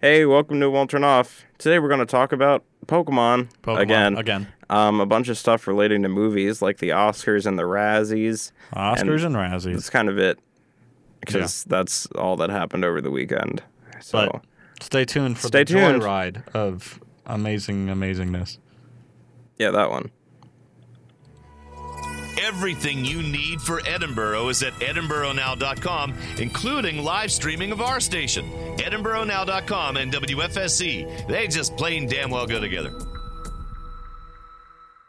Hey, welcome to Won't Turn Off. Today we're going to talk about Pokemon, Pokemon, again. again. Um, a bunch of stuff relating to movies like the Oscars and the Razzies. Oscars and, Razzies. That's kind of it because that's all that happened over the weekend. So But stay tuned for Stay the tuned. joyride of amazing amazingness. yeah, that one. Everything you need for Edinburgh is at edinburghnow.com, including live streaming of our station, edinburghnow.com and WFSC. E. They just plain damn well go together.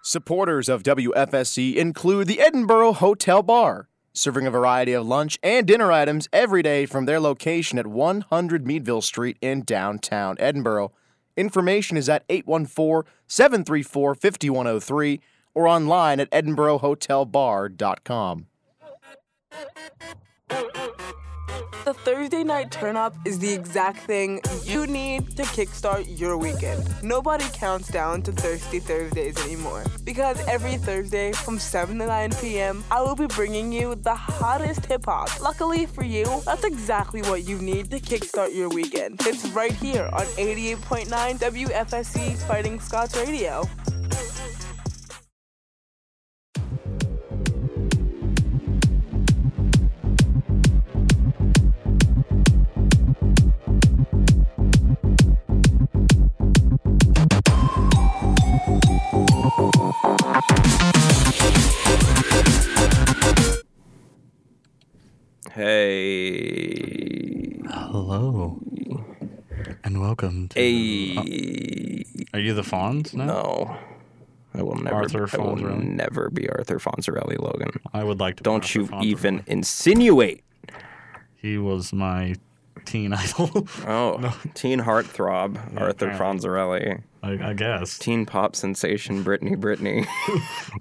Supporters of WFSC include the Edinburgh Hotel Bar, serving a variety of lunch and dinner items every day from their location at 100 Meadville Street in downtown Edinburgh. Information is at 814 734 5103 or online at edinburghhotelbar.com. The Thursday night turn up is the exact thing you need to kickstart your weekend. Nobody counts down to Thirsty Thursdays anymore because every Thursday from 7 to 9 p.m., I will be bringing you the hottest hip hop. Luckily for you, that's exactly what you need to kickstart your weekend. It's right here on 88.9 WFSC Fighting Scots Radio. Hey, Hello. And welcome to hey. Are you the Fawns? No? No, I will never. Arthur I will Fonzarelli. never be Arthur Fonzarelli Logan. I would like to Don't pronounce you it Fonz. even insinuate. He was my teen idol. Oh, teen heartthrob Arthur apparently. Fonzarelli, I, I guess. teen pop sensation Brittany Brittany.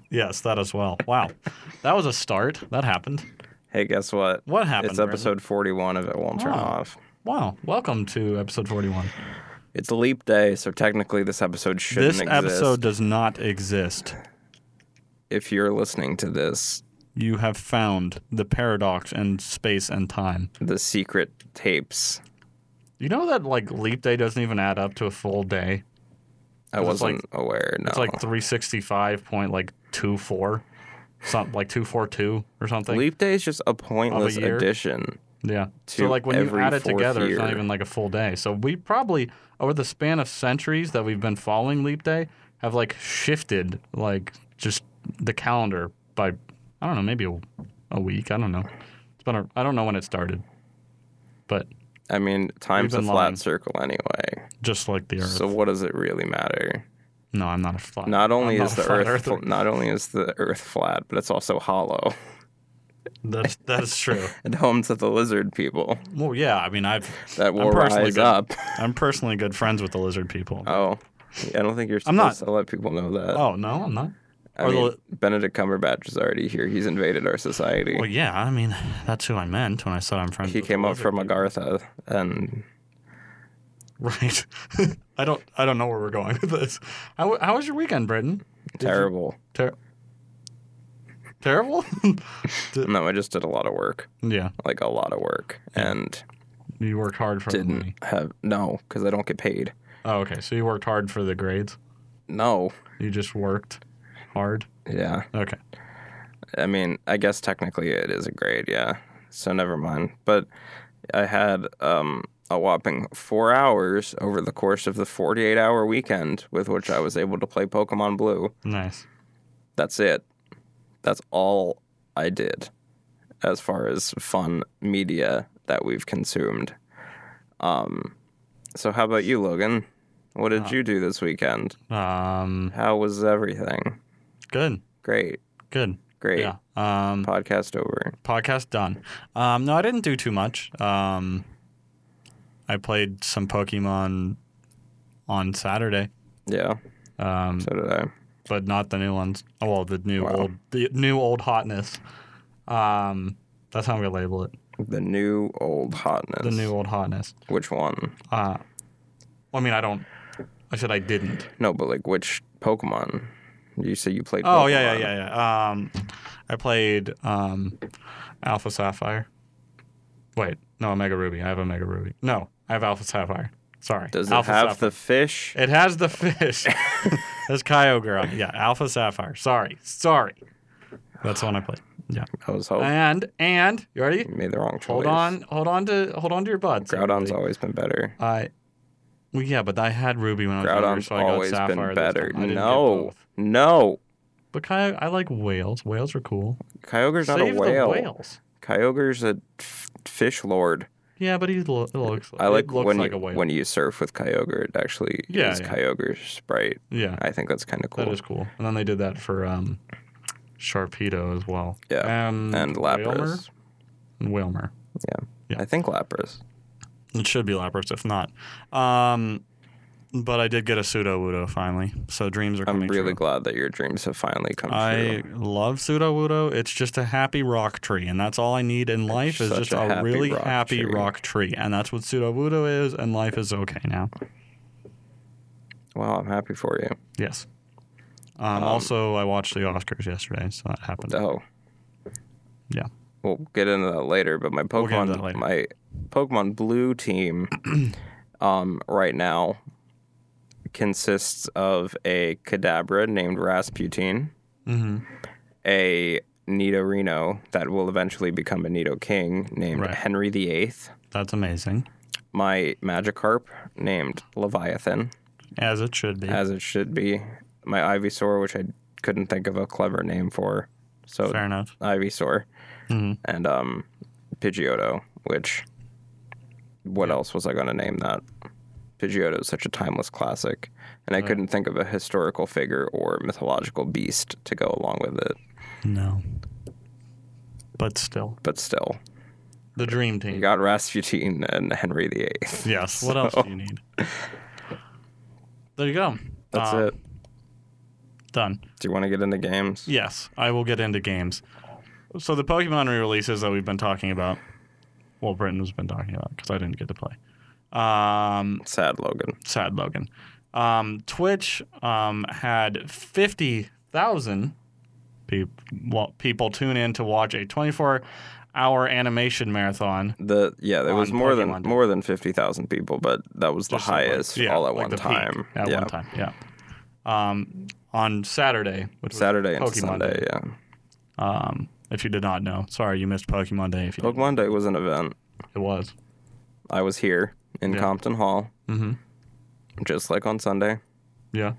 Yes, that as well. Wow. That was a start. That happened. hey, guess what? What happened, It's Brendan? episode forty-one of It Won't Turn Oh. Off. Wow. Welcome to episode 41. It's leap day, so technically this episode shouldn't this exist. episode does not exist. if you're listening to this, You have found the paradox in space and time. the secret tapes. You know that like leap day doesn't even add up to a full day. I It's like- wasn't aware. No, It's like three sixty five point like two four, something like two four two or something. leap day is just a pointless year? addition. yeah. to So like when you every add it fourth together, it's not year. even like a full day. So we probably over the span of centuries that we've been following leap day have like shifted like just the calendar by I don't know maybe a, a week. I don't know. It's been a, I don't know when it started, but I mean, time's a been flat lying. circle anyway. just like the Earth. So what does it really matter? no, I'm not a flat. Not only I'm is not a the flat earth earther. fl- not only is the earth flat, but it's also hollow That's that's true. and home to the lizard people Well, yeah. I mean, I've that I'm will personally rise good- up. I'm personally good friends with the lizard people. Oh, I don't think you're supposed I'm not- to let people know that. oh no, I'm not. I or mean, the- Benedict Cumberbatch is already here. He's invaded our society. Well, Oh, yeah. I mean, that's who I meant when I said I'm friends. he with the came up lizard from people. Agartha, and Right. I don't. I don't know where we're going with this. How, how was your weekend, Britton? Did you- terrible. Ter- terrible. No, I just did a lot of work, yeah, like a lot of work, and you worked hard for the didn't money. have no because I don't get paid. Oh, okay. So you worked hard for the grades. No, You just worked hard. yeah. Okay. I mean, I guess technically it is a grade, yeah. So never mind. But I had um, a whopping four hours over the course of the 48 hour weekend with which I was able to play Pokemon Blue. Nice. That's it. That's all I did as far as fun media that we've consumed. Um, so, how about you, Logan? What did you do this weekend? Uh, Um. How was everything? Good. Great. Good. Great. Yeah. Um. Podcast over. podcast done. Um, no, I didn't do too much. Um, I played some Pokemon on Saturday, Yeah. um, So did I. but not the new ones. Oh, well, the new Wow. old, the new old hotness. Um, that's how I'm gonna label it. The new old hotness. The new old hotness. Which one? Uh, well, I mean, I don't. I said I didn't. No, but like which Pokemon? You say you played. Oh yeah, yeah, Pokemon. yeah, yeah. Um, I played um, Alpha Sapphire. Wait, no, Omega Ruby. I have Omega Ruby. No, I have Alpha Sapphire. Sorry. Does it Alpha have Sapphire. the fish? It has the fish. That's Kyogre. on it. Yeah, Alpha Sapphire. Sorry. Sorry. That's the one I played. Yeah. I was hoping And and you ready? you made the wrong choice. Hold on. Hold on to hold on to your buds. Groudon's everybody. always been better. I well, yeah, but I had Ruby when I was younger, Groudon's so I always got Sapphire. been this better. time. I didn't get No, both. no. But Kyogre, I like whales. Whales are cool. Kyogre's not Save a whale. the whales. Kyogre's a f- fish lord. Yeah, but he lo- it looks. I like it looks when like you a whale. when you surf with Kyogre, it actually Yeah, is yeah. Kyogre's sprite. yeah, I think that's kind of cool. that is cool. And then they did that for um, Sharpedo as well. Yeah, Um, and Whalmer? Lapras. and Whalmer. Yeah. I think Lapras. It should be Lapras, if not. Um, but I did get a pseudo Wudo finally, so dreams are I'm coming really true. glad that your dreams have finally come I true. love pseudo Wudo. It's just a happy rock tree, and that's all I need in life is such just a a, happy really rock happy tree. rock tree, and that's what pseudo Wudo is, and life is okay now. Well, I'm happy for you. Yes. Um, also, I watched the Oscars yesterday, so that happened. Oh, yeah. we'll get into that later. But my We'll get Pokemon, into that later. my Pokemon Blue team, um, right now consists of a Kadabra named Rasputin, hmm a Nidorino that will eventually become a Nido King named Right. Henry the Eighth, That's amazing, my Magikarp named Leviathan, as it should be. as it should be, my Ivysaur, which I couldn't think of a clever name for, so Fair enough. Ivysaur, Mhm. and um, Pidgeotto, which what else was I going to name that? Pidgeotto is such a timeless classic, and I couldn't think of a historical figure or mythological beast to go along with it. No. But still, But still, the dream team. you got Rasputin and Henry VIII. Yes. What else do you need? There you go. That's Uh, it. Done. Do you want to get into games? Yes, I will get into games. So the Pokemon re-releases that we've been talking about, well, Britain's been talking about because I didn't get to play. Um, Sad Logan. sad Logan. Um, Twitch um, had 50,000 peop- wa- people tune in to watch a 24 hour animation marathon. The yeah, there was On more Pokemon than Day. more than fifty thousand people, but that was the Just like- highest yeah, all at like one the peak time. At yeah, one time, yeah. Um, on Saturday, which was Saturday and Pokemon Sunday. Day. Yeah, Um, if you did not know, sorry, you missed Pokemon Day. If you didn't. Pokemon Day was an event. it was I was here in Yeah. Compton Hall, Mhm. just like on Sunday. yeah.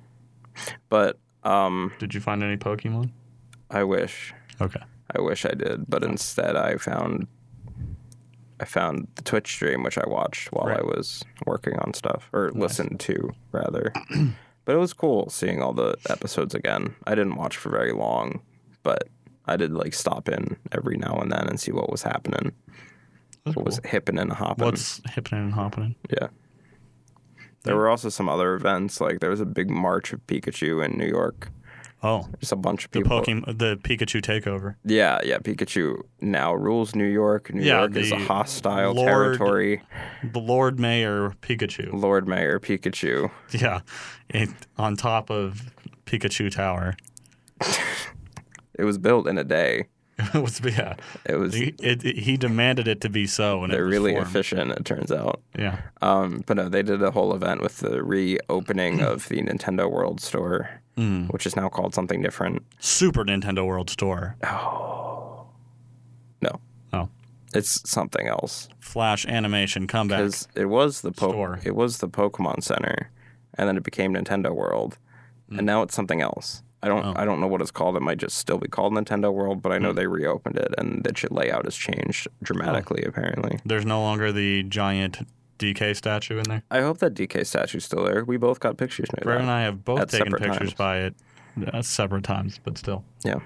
But um, Did you find any Pokemon? I wish, Okay. I wish I did. But instead, I found, I found the Twitch stream which I watched while I Right. was working on stuff or listened to rather. but it was cool seeing all the episodes again. I didn't watch for very long, but I did like stop in every now and then and see what was happening. That's What was cool. hippin' and hoppin'. What's happening and happening? Yeah. There were also some other events. Like there was a big march of Pikachu in New York. Oh, Just a bunch of the people. Pokemon, the Pikachu takeover. yeah, yeah. Pikachu now rules New York. New Yeah, York is a the hostile Lord- territory. The Lord Mayor Pikachu. Lord Mayor Pikachu. Yeah, it, on top of Pikachu Tower. It was built in a day. it was yeah. It was He, it, it- he demanded it to be so, and it they're was really formed. efficient, it turns out. Yeah, Um, but no, they did a whole event with the reopening of the Nintendo World Store, Hmm. which is now called something different. Super Nintendo World Store. No, Oh, it's something else. Flash Animation comeback. because it was the po- Store. it was the Pokemon Center, and then it became Nintendo World, and now it's something else. I don't I don't know what it's called. It might just still be called Nintendo World, but I know they reopened it and that your layout has changed dramatically. Apparently, There's no longer the giant DK statue in there. I hope that DK statue's still there. We both got pictures. Near Brett that. and I have both At taken separate times. pictures by it uh, separate times, but still. Yeah.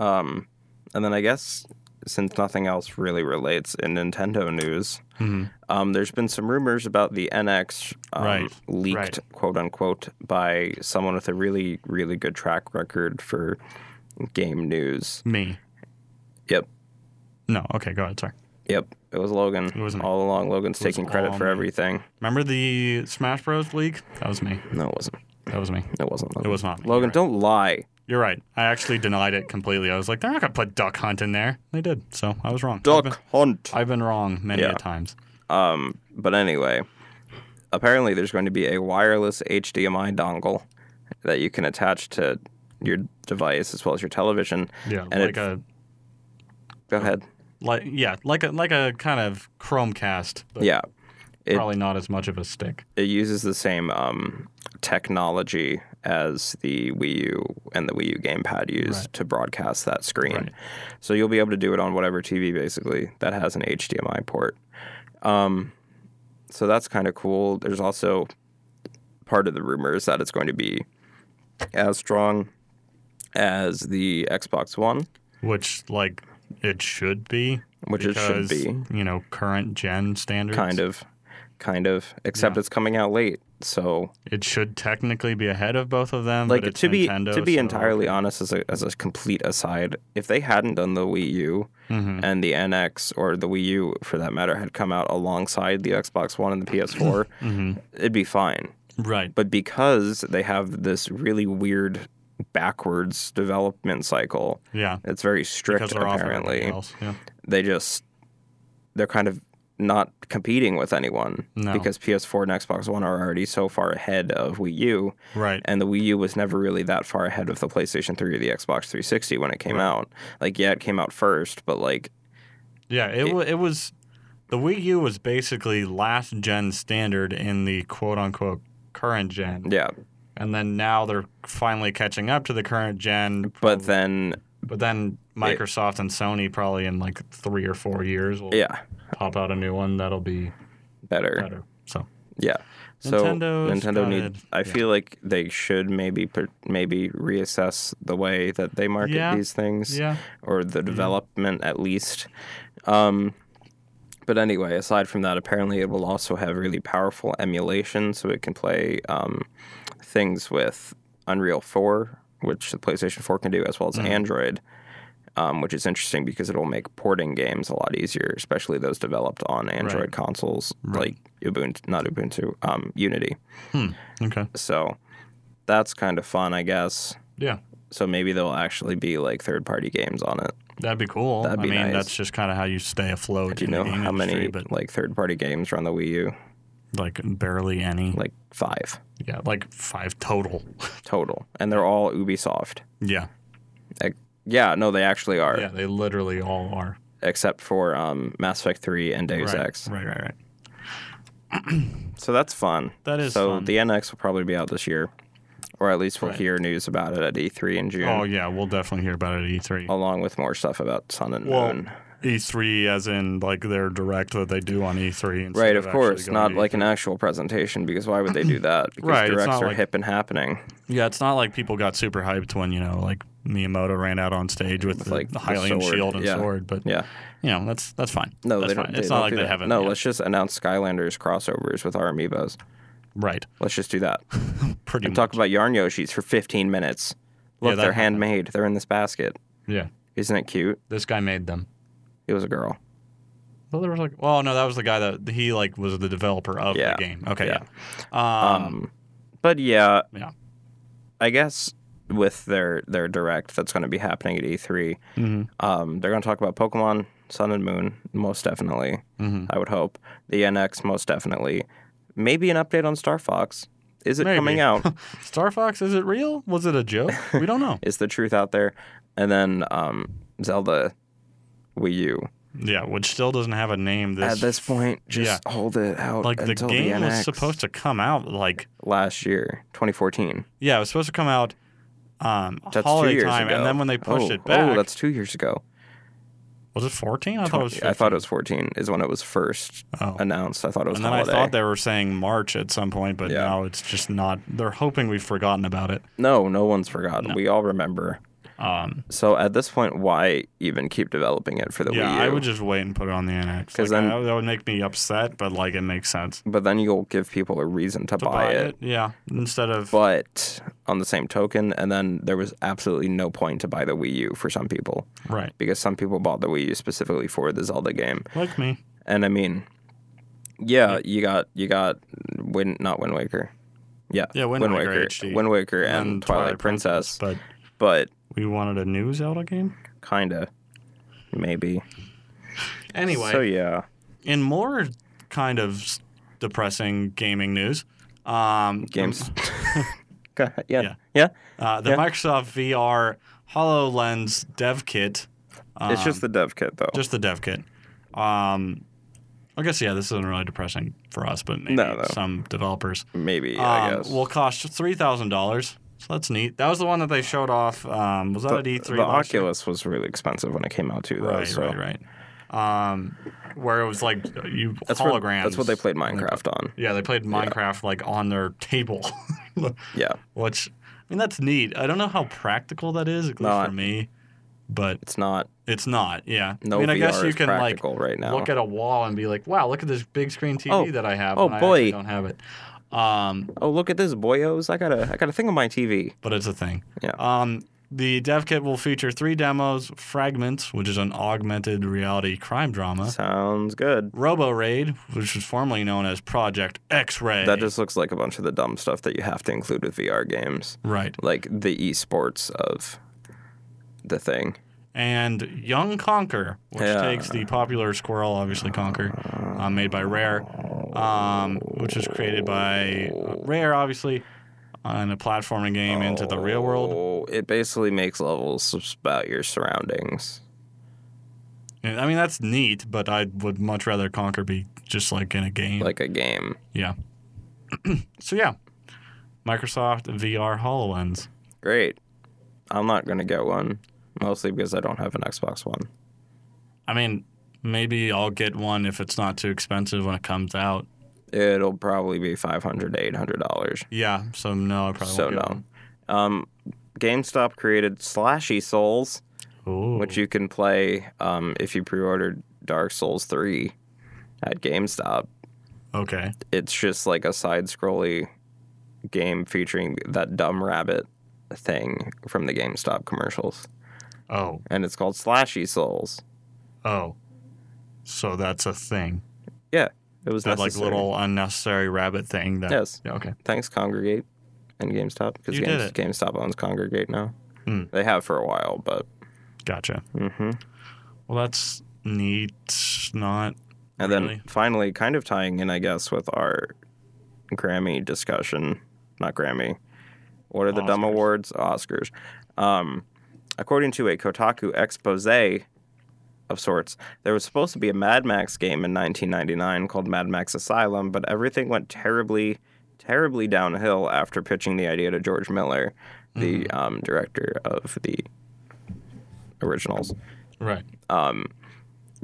Um, and then I guess since nothing else really relates in Nintendo news, Mm-hmm. um, there's been some rumors about the NX um, Right, leaked, right. quote unquote, by someone with a really, really good track record for game news. Me. Yep. No. Okay. Go ahead. Sorry. Yep. It was Logan. It was me. all along, Logan's was taking credit all for me. everything. Remember the Smash Bros. leak? That was me. No, it wasn't. That was me. It wasn't. Logan. was not me, Logan, you're right. don't lie. You're right. I actually denied it completely. I was like, they're not gonna put Duck Hunt in there. They did. So I was wrong. I've been, Duck Hunt. I've been wrong many Yeah. a times. But anyway, apparently there's going to be a wireless HDMI dongle that you can attach to your device as well as your television. Yeah, And like it- a Go ahead. like yeah, like a like a kind of Chromecast. But Yeah. It- probably not as much of a stick. It uses the same um, technology as the Wii U and the Wii U gamepad use Right. to broadcast that screen. Right. So you'll be able to do it on whatever TV basically that has an HDMI port. Um, so that's kind of cool. There's also part of the rumor is that it's going to be as strong as the Xbox One, Which like it should be. Which it should because, be. You know, current gen standards. kind of, kind of. Except it's coming out late, so It should technically be ahead of both of them. like but it's to be Nintendo, to be so- entirely honest as a, as a complete aside if they hadn't done the wii u Mhm. and the nx or the wii u for that matter had come out alongside the xbox one and the ps4 Mm-hmm. it'd be fine Right. but because they have this really weird backwards development cycle Yeah. it's very Because strict they're off everything apparently else. Yeah. they just they're kind of not competing with anyone No. because ps4 and xbox one are already so far ahead of wii u Right. and the Wii U was never really that far ahead of the PlayStation 3 or the Xbox 360 when it came out. Like, yeah, it came out first, but like, Yeah, it, wa it was the Wii U was basically last gen standard in the quote unquote current gen, yeah. and then now they're finally catching up to the current gen. But then, But then Microsoft and Sony probably in like three or four years will yeah, pop out a new one that'll be better. better. So Yeah. So Nintendo's Nintendo got need. it. I Yeah. feel like they should maybe per- maybe reassess the way that they market Yeah. these things. yeah, Mm-hmm. or the development at least. Um, but anyway, aside from that, apparently it will also have really powerful emulation, so it can play um, things with Unreal 4, which the PlayStation 4 can do, as well as Mm-hmm. Android, um, which is interesting because it'll make porting games a lot easier, especially those developed on Android consoles like Ubuntu, not Ubuntu, um, Unity. okay, So that's kind of fun, I guess. yeah, So maybe there'll actually be like third-party games on it. that'd be cool. That'd be I mean, nice. that's just kind of how you stay afloat. Do you in the know game how many industry, But like third party games are on the Wii U? like barely any. Like five yeah, like five total. total, and they're all Ubisoft. yeah, Like, yeah, no, they actually are, yeah, they literally all are. except for um, Mass Effect Three and Deus Right, Ex. right, right, right. So that's fun. That is So fun. the NX will probably be out this year, or at least we'll Right. hear news about it at E3 in June, Oh yeah, we'll definitely hear about it at E3. along with more stuff about Sun and Well, Moon. E3 as in like their direct that they do on E3. instead Right, of actually course, going not to E like an E3. actual presentation because why would they do that? Because Right, it's directs not are like- hip and happening. Yeah, it's not like people got super hyped when you know like Miyamoto ran out on stage with, like, the the Hylian sword, shield and yeah, sword, but Yeah. you know that's that's fine. No, that's they don't. fine. they it's don't not like do they that. haven't. No, yeah. let's just announce Skylanders crossovers with our amiibos. right, Let's just do that. pretty And much. talk about yarn Yoshis for 15 minutes. Yeah, Look, that they're happened. handmade. They're in this basket. yeah, Isn't it cute? this guy made them. It was a girl. Well, there was like, well, no, that was the guy that he like was the developer of Yeah, the game. Okay, yeah. yeah, Um, but yeah, yeah. I guess with their their direct that's going to be happening at E3, Mm-hmm. um, they're going to talk about Pokemon Sun and Moon most definitely. Mm-hmm. I would hope the NX most definitely. Maybe an update on Star Fox. Is it Maybe. coming out? Star Fox, is it real? Was it a joke? We don't know. is the truth out there? And then um, Zelda Wii U. yeah, which still doesn't have a name. This At this point, just yeah. hold it out like the until game the NX. was supposed to come out like last year, 2014. yeah, it was supposed to come out um That's two holiday years time, ago. and then when they pushed Oh, it back, oh, that's two years ago. was it fourteen? I thought it was. 15. I thought it was 14 is when it was first Oh. announced. I thought it was and then holiday. I thought they were saying March at some point, but Yeah. now it's just not. They're hoping we've forgotten about it. no, no one's forgotten. We all remember. Um, So at this point, why even keep developing it for the yeah, Wii U? I would just wait and put it on the NX. 'Cause Like, then- I- that would make me upset, but like it makes sense. but then you'll give people a reason to, to buy it. yeah. Instead of But on the same token, and then there was absolutely no point to buy the Wii U for some people right, because some people bought the Wii U specifically for the Zelda game. like me. And I mean, yeah, you got you got Wind, not Wind Waker. Yeah, Yeah, Wind Waker HD. Wind Waker and, Twilight, Princess, but but, we wanted a new Zelda game. kinda, maybe. Anyway, So yeah, in more kind of s- depressing gaming news. Um, Games. Go ahead. Yeah. Yeah. yeah. Uh, the Yeah. Microsoft VR HoloLens dev kit. Um, It's just the dev kit, though. just the dev kit. Um, I guess yeah, this isn't really depressing for us, but maybe No, no. some developers. Maybe, I um, guess. Will cost three thousand dollars. So that's neat. That was the one that they showed off. Um, was that the, at E3? the last year? Oculus was really expensive when it came out, too, though. Right, so right, right. Um, where it was like uh, you That's, where- holograms. that's what they played Minecraft on. Yeah, they played Minecraft like on their table, Yeah. which I mean that's neat. I don't know how practical that is, at least No, I- for me, but It's not. it's not. Yeah, No I mean I VR guess you is can like practical right now. look at a wall and be like, wow, look at this big screen TV Oh, that I have. oh, and I actually boy. don't have it. Um, Oh, look at this, boyos. I got a, I got a thing on my TV. but it's a thing. Yeah. Um, the dev kit will feature three demos: Fragments, which is an augmented reality crime drama. Sounds good. Robo Raid, which was formerly known as Project X Ray. That just looks like a bunch of the dumb stuff that you have to include with VR games, right. like the esports of the thing. And Young Conquer, which Yeah. takes the popular Squirrel, obviously Conquer, uh, made by Rare, um, which was created by uh, Rare, obviously, on a platforming game into the real world. Oh, it basically makes levels about your surroundings. And, I mean, that's neat, but I would much rather Conquer be just like in a game. like a game. yeah. so yeah, Microsoft VR Hololens. Great. I'm not gonna get one, mostly because I don't have an Xbox One. I mean, maybe I'll get one if it's not too expensive when it comes out. It'll probably be five hundred to eight hundred dollars. Yeah, so no, I probably So won't get no. Um, GameStop created Slashy Souls, One. which you can play um, if you pre-ordered Dark Souls three at GameStop. okay. It's just like a side-scrolly game featuring that dumb rabbit thing from the GameStop commercials, Oh, and it's called Slashy Souls. oh. So that's a thing. Yeah, it was That like necessary. little unnecessary rabbit thing. That, Yes. Yeah, okay. Thanks, Congregate and GameStop, because You did Games, it. GameStop owns Congregate now. Hmm. They have for a while, but Gotcha. hmm Well, that's neat. Not. and Really? then finally, kind of tying in, I guess, with our Grammy discussion. Not Grammy. What are the dumb Oscars. awards? Oscars. Um, according to a Kotaku expose of sorts, there was supposed to be a Mad Max game in 1999 called Mad Max Asylum, but everything went terribly, terribly downhill after pitching the idea to George Miller, the Mm-hmm. um, director of the originals Right.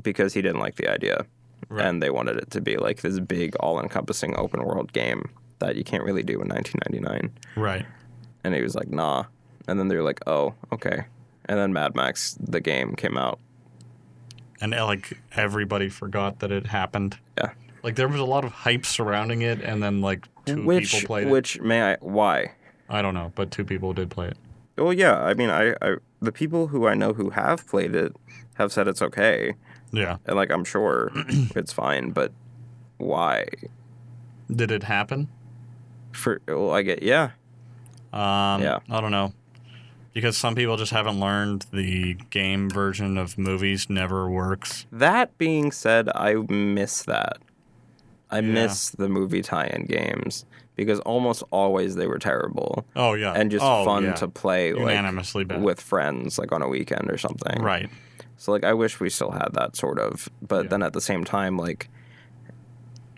because he didn't like the idea. Right. And they wanted it to be like this big, all encompassing open world game that you can't really do in 1999. Right. And he was like, nah. And then they were like, oh, okay. And then Mad Max, the game, came out. And uh, like everybody forgot that it happened. Yeah. Like there was a lot of hype surrounding it, and then like two which, people played which, may I, why? it. I don't know, but two people did play it. Well, yeah. I mean, I, I, the people who I know who have played it have said it's okay. Yeah. And like, I'm sure it's fine, but why? Did it happen? For, well, I get, yeah. Um, Yeah. I don't know. Because some people just haven't learned the game version of movies never works. That being said, I miss that. I Yeah. miss the movie tie-in games because almost always they were terrible Oh yeah, and just Oh, fun yeah. to play like unanimously bad. with friends like on a weekend or something. right, So like I wish we still had that sort of, but Yeah. then at the same time like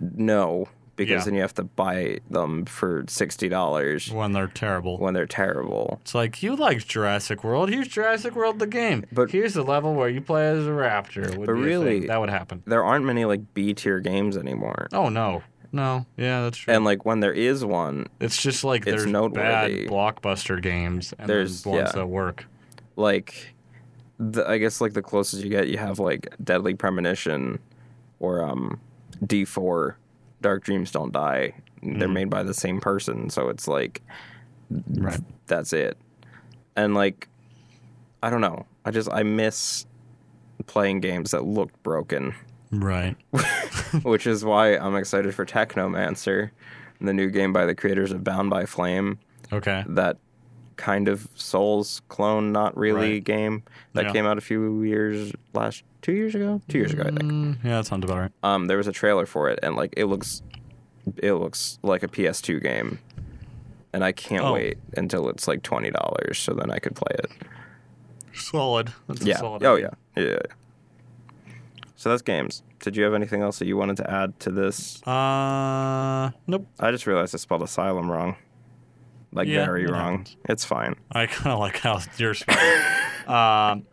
no because Yeah. then you have to buy them for $60 when they're terrible. when they're terrible. it's like you like Jurassic World. Here's Jurassic World the game. But But- here's the level where you play as a raptor. Would But be a thing. really- that would happen. There aren't many like B-tier games anymore. Oh no, no, yeah, that's true. And like when there is one, it's just like it's there's bad noteworthy. blockbuster games and there's There's- ones yeah. that work. like the, I guess like the closest you get you have like Deadly Premonition or um D4 Dark Dreams Don't Die. They're made by the same person, so it's like Right. that's it. And like I don't know. I just I miss playing games that looked broken, Right. which is why I'm excited for Technomancer, the new game by the creators of Bound by Flame Okay. that kind of Souls clone, not really Right. game that Yeah. came out a few years last two years ago, two years ago I think. Mm, yeah, that sounds about right. Um, there was a trailer for it, and like it looks it looks like a PS2 game, and I can't Oh. wait until it's like twenty dollars so then I could play it. Solid. That's Yeah. A solid oh idea. yeah. yeah. yeah, yeah. So that's games. Did you have anything else that you wanted to add to this? Uh, nope. I just realized I spelled asylum wrong. Like Yeah, very it wrong. happens. It's fine. I kind of like how you're spelling. um,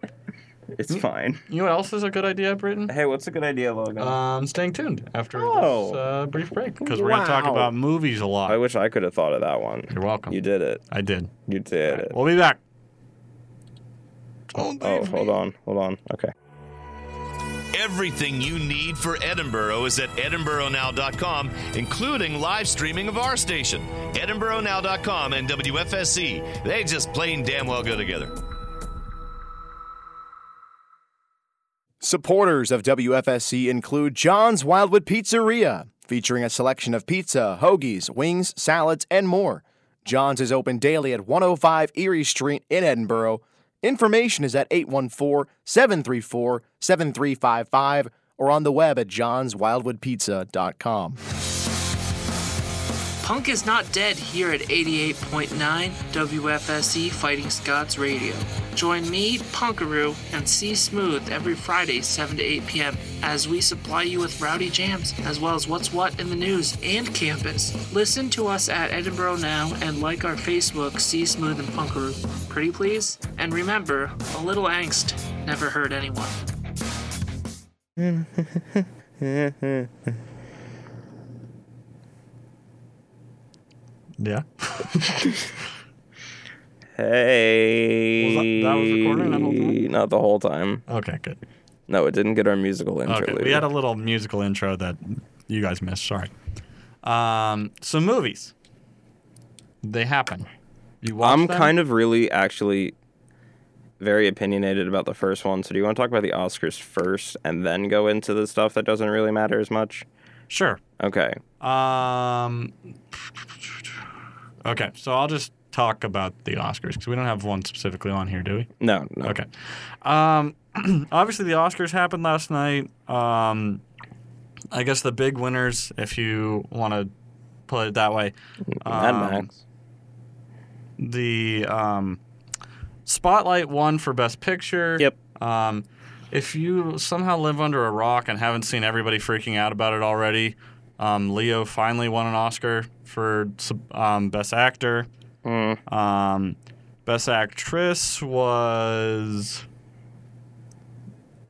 It's fine. you know what else is a good idea, Hmm? Britton? Hey, what's a good idea, Logan? Um, staying tuned after Oh. this uh, brief break because we're gonna talk Wow. about movies a lot. I wish I could have thought of that one. You're welcome. You did it. I did. You did it. We'll be back. Oh, hold on. Hold on. Okay. Everything you need for Edinburgh is at edinburghnow.com, including live streaming of our station, edinburghnow.com and WFSC. E. They just plain damn well go together. Supporters of WFSC include John's Wildwood Pizzeria, featuring a selection of pizza, hoagies, wings, salads, and more. John's is open daily at 105 Erie Street in Edinburgh. Information is at 814 734 7355 or on the web at johnswildwoodpizza.com. Punk is not dead here at 88.9 WFSE E Fighting Scots Radio. Join me, Punkaroo, and C Smooth every Friday, 7 to 8 p.m., as we supply you with rowdy jams, as well as what's what in the news and campus. Listen to us at Edinburgh Now and like our Facebook, C Smooth and Punkaroo. Pretty please? And remember, a little angst never hurt anyone. Yeah. Hey. that was recording that whole time? Not the whole time. Okay. Good. No, it didn't get our musical interlude. Okay. We had a little musical intro that you guys missed. Sorry. Um, so movies. They happen. You watch I'm them? kind of really actually very opinionated about the first one. So do you want to talk about the Oscars first and then go into the stuff that doesn't really matter as much? sure. Okay. Um. Okay, so I'll just talk about the Oscars because we don't have one specifically on here, do we? No, no. Okay. Um, obviously, the Oscars happened last night. Um, I guess the big winners, if you want to put it that way, Mad Um, Max. the um, Spotlight won for Best Picture. Yep. Um, if you somehow live under a rock and haven't seen everybody freaking out about it already, um, Leo finally won an Oscar for sub- um, Best Actor. Mm. Um, Best Actress was.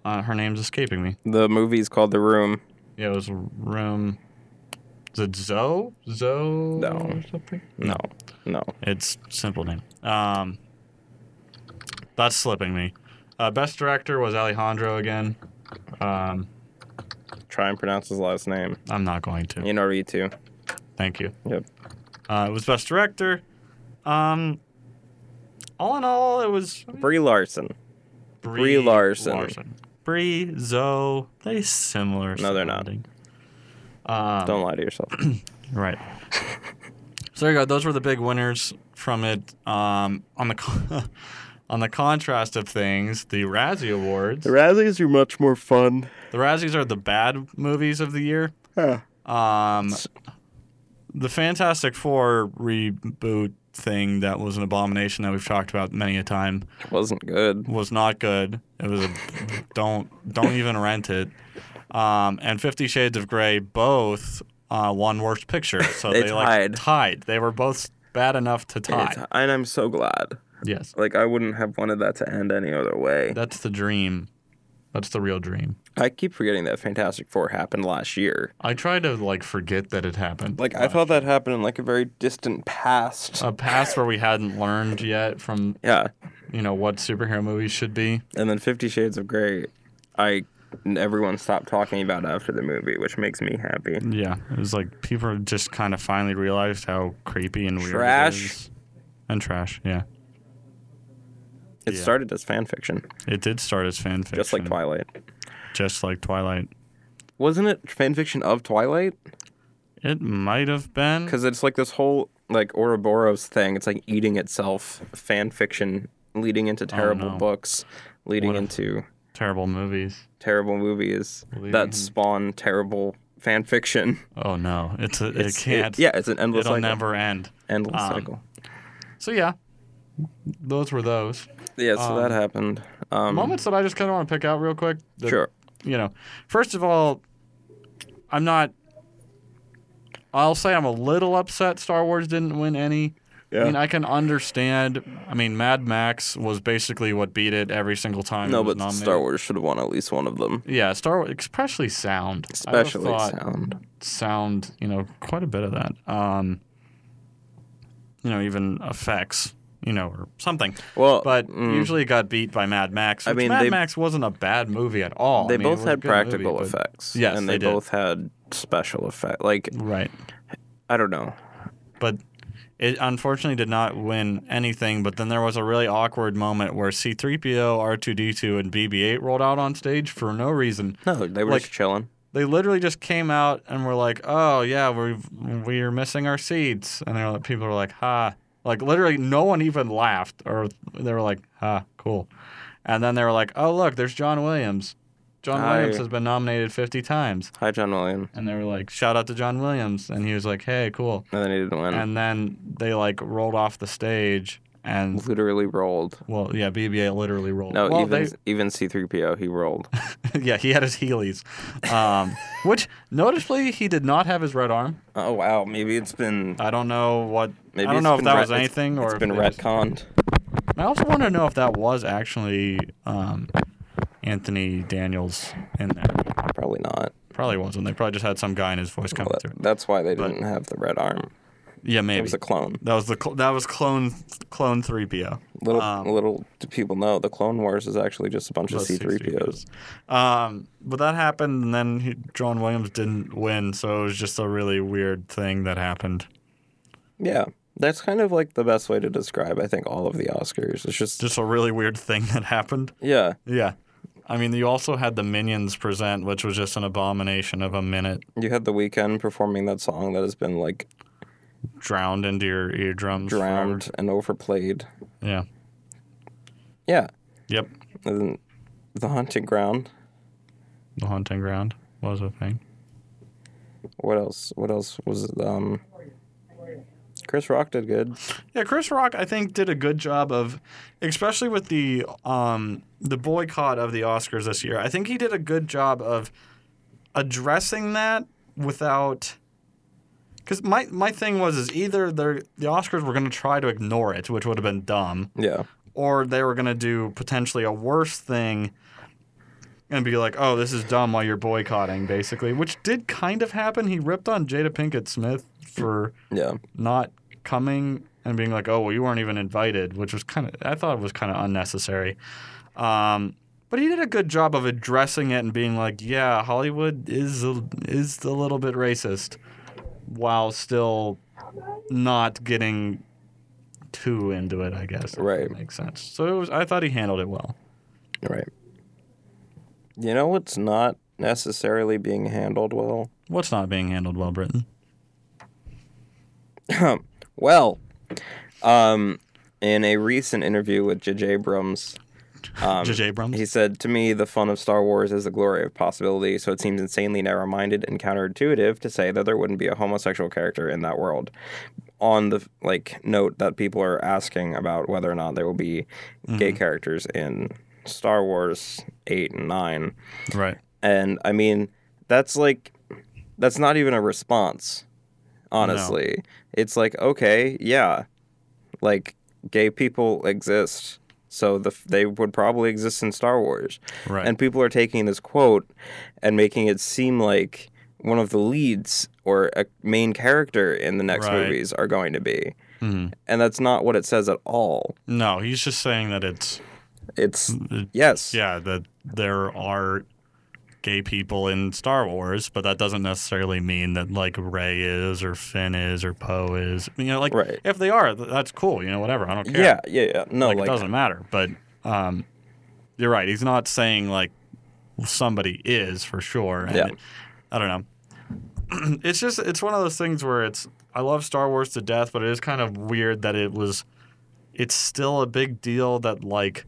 Uh, her name's escaping me. The movie's called The Room. Yeah, it was Room. Is it Zoe? Zoe? No. Or something? No, no. It's simple name. Um, that's slipping me. Uh, best director was Alejandro again. Um, Try and pronounce his last name. I'm not going to. Inarritu. Thank you. Yep. Uh, it was best director. Um, all in all, it was Brie Larson. Brie Larson. Brie Zoe. They similar. No, they're not. sounding. Um, Don't lie to yourself. Right. so there you go. Those were the big winners from it. Um, on the con- on the contrast of things, the Razzie Awards. The, Razzies are much more fun. Razzies are the bad movies of the year. Um, the Fantastic Four reboot thing that was an abomination that we've talked about many a time Wasn't good. was not good. It was a don't don't even rent it. Um, and Fifty Shades of Grey both uh, won Worst Picture, so They they, like tied. tied. They were both bad enough to tie. It's- and I'm so glad. Yes, Like I wouldn't have wanted that to end any other way. that's the dream. That's the real dream. I keep forgetting that Fantastic Four happened last year. I try to like forget that it happened. Like I thought that happened in like a very distant past. a past where we hadn't learned yet from yeah, you know what superhero movies should be. and then Fifty Shades of Grey, I everyone stopped talking about it after the movie, which makes me happy. Yeah, it was like people just kind of finally realized how creepy and weird Trash. it is. and trash. Yeah, It Yeah. started as fan fiction, it did start as fan fiction, just like Twilight. just like Twilight. Wasn't it fan fiction of Twilight? It might have been. Because it's like this whole like Ouroboros thing. It's like eating itself. Fan fiction leading into terrible Oh, no. books, leading What if- into terrible movies. terrible movies Leading- that spawn terrible fan fiction. Oh no, it's a, it It's- can't. it- yeah, it's an endless It'll cycle. never end. Endless Um, cycle. So yeah, those were those Yeah, so that happened. Um, moments that I just kind of want to pick out real quick. that, Sure. You know, first of all, I'm not. I'll say I'm a little upset Star Wars didn't win any. I mean, I can understand. I mean, Mad Max was basically what beat it every single time. No, it was but nominated. Star Wars should have won at least one of them, Yeah, Star Wars, especially sound. I would've especially thought- sound. sound, you know, quite a bit of that. Um, you know, even effects, you know, or something. Well, But mm, usually it got beat by Mad Max. I which mean, Mad they- Max wasn't a bad movie at all. they I mean, it both was a had good movie, practical but- effects. Yes, and they they, did. both had special effect. Like Right. I don't know. But it unfortunately did not win anything. But then there was a really awkward moment where C3PO, R2D2, and BB 8 rolled out on stage for no reason. No, they were Like- just chilling. they literally just came out and were like, "Oh yeah, we we're missing our seats," and they're like, people were like, "Ha!" Like literally, no one even laughed, or they were like, "Ha, cool," and then they were like, "Oh look, there's John Williams. John Hi. Williams has been nominated 50 times," Hi, John William. and they were like, "Shout out to John Williams," and he was like, "Hey, cool," And then he didn't win. and then they like rolled off the stage and. Literally rolled. Well, yeah, BB-8 literally rolled. No, well, even they- even C3PO he rolled. yeah, he had his Heelys, um, which noticeably he did not have his right arm. oh wow, maybe it's been I don't know what. maybe I don't it's know if been that re- was it's- anything or it's if been it was- retconned. I also want to know if that was actually um, Anthony Daniels in there. Probably not. Probably wasn't. They probably just had some guy in his voice coming But through. that's why they didn't have the red arm. Yeah, maybe It was a clone. that was the cl- that was clone clone three PO. Little Um, little do people know the Clone Wars is actually just a bunch of C3POs. Um, but that happened, and then he, John Williams didn't win, so it was just a really weird thing that happened. Yeah. That's kind of like the best way to describe I think all of the Oscars. It's just, Just a really weird thing that happened. yeah. Yeah. I mean, you also had the Minions present, which was just an abomination of a minute. You had the weekend performing that song that has been like drowned into your eardrums. forever. drowned and overplayed. Yeah. Yeah. Yep. And then the haunting ground. The haunting ground was a thing. What else? What else was it? um Chris Rock did good. Yeah, Chris Rock, I think, did a good job of, especially with the um, the boycott of the Oscars this year. I think he did a good job of addressing that without. Because my, my thing was is either they're- the Oscars were going to try to ignore it, which would have been dumb, Yeah. or they were going to do potentially a worse thing and be like, oh, this is dumb while you're boycotting, basically, which did kind of happen. He ripped on Jada Pinkett Smith for Yeah. not coming and being like, oh, well, you weren't even invited, which was kind of, I thought it was kind of unnecessary. Um, but he did a good job of addressing it and being like, yeah, Hollywood is a, is a little bit racist while still not getting too into it, I guess. if that Right. makes sense. So it was, I thought he handled it well. Right. You know what's not necessarily being handled well? What's not being handled well, Britain? Well, um, in a recent interview with J.J. Abrams, um, J.J. Abrams? he said, To me, the fun of Star Wars is the glory of possibility, so it seems insanely narrow minded and counterintuitive to say that there wouldn't be a homosexual character in that world. On the like note that people are asking about whether or not there will be gay characters in Star Wars 8 and 9. Right. And I mean, that's like, that's not even a response, honestly. It's like, okay, yeah, like gay people exist. So the, they would probably exist in Star Wars. Right. And people are taking this quote and making it seem like one of the leads or a main character in the next Right. movies are going to be. Mhm. And that's not what it says at all. No, he's just saying that it's It's, it- yes. yeah, that there are gay people in Star Wars, but that doesn't necessarily mean that like Ray is or Finn is or Poe is. You know, like Right. if they are, th- that's cool. You know, whatever. I don't care. Yeah, yeah, yeah. No, like, like, it doesn't matter. But um, you're right. He's not saying like somebody is for sure. And Yeah. it- I don't know. it's just it's one of those things where it's I love Star Wars to death, but it is kind of weird that it was. It's still a big deal that like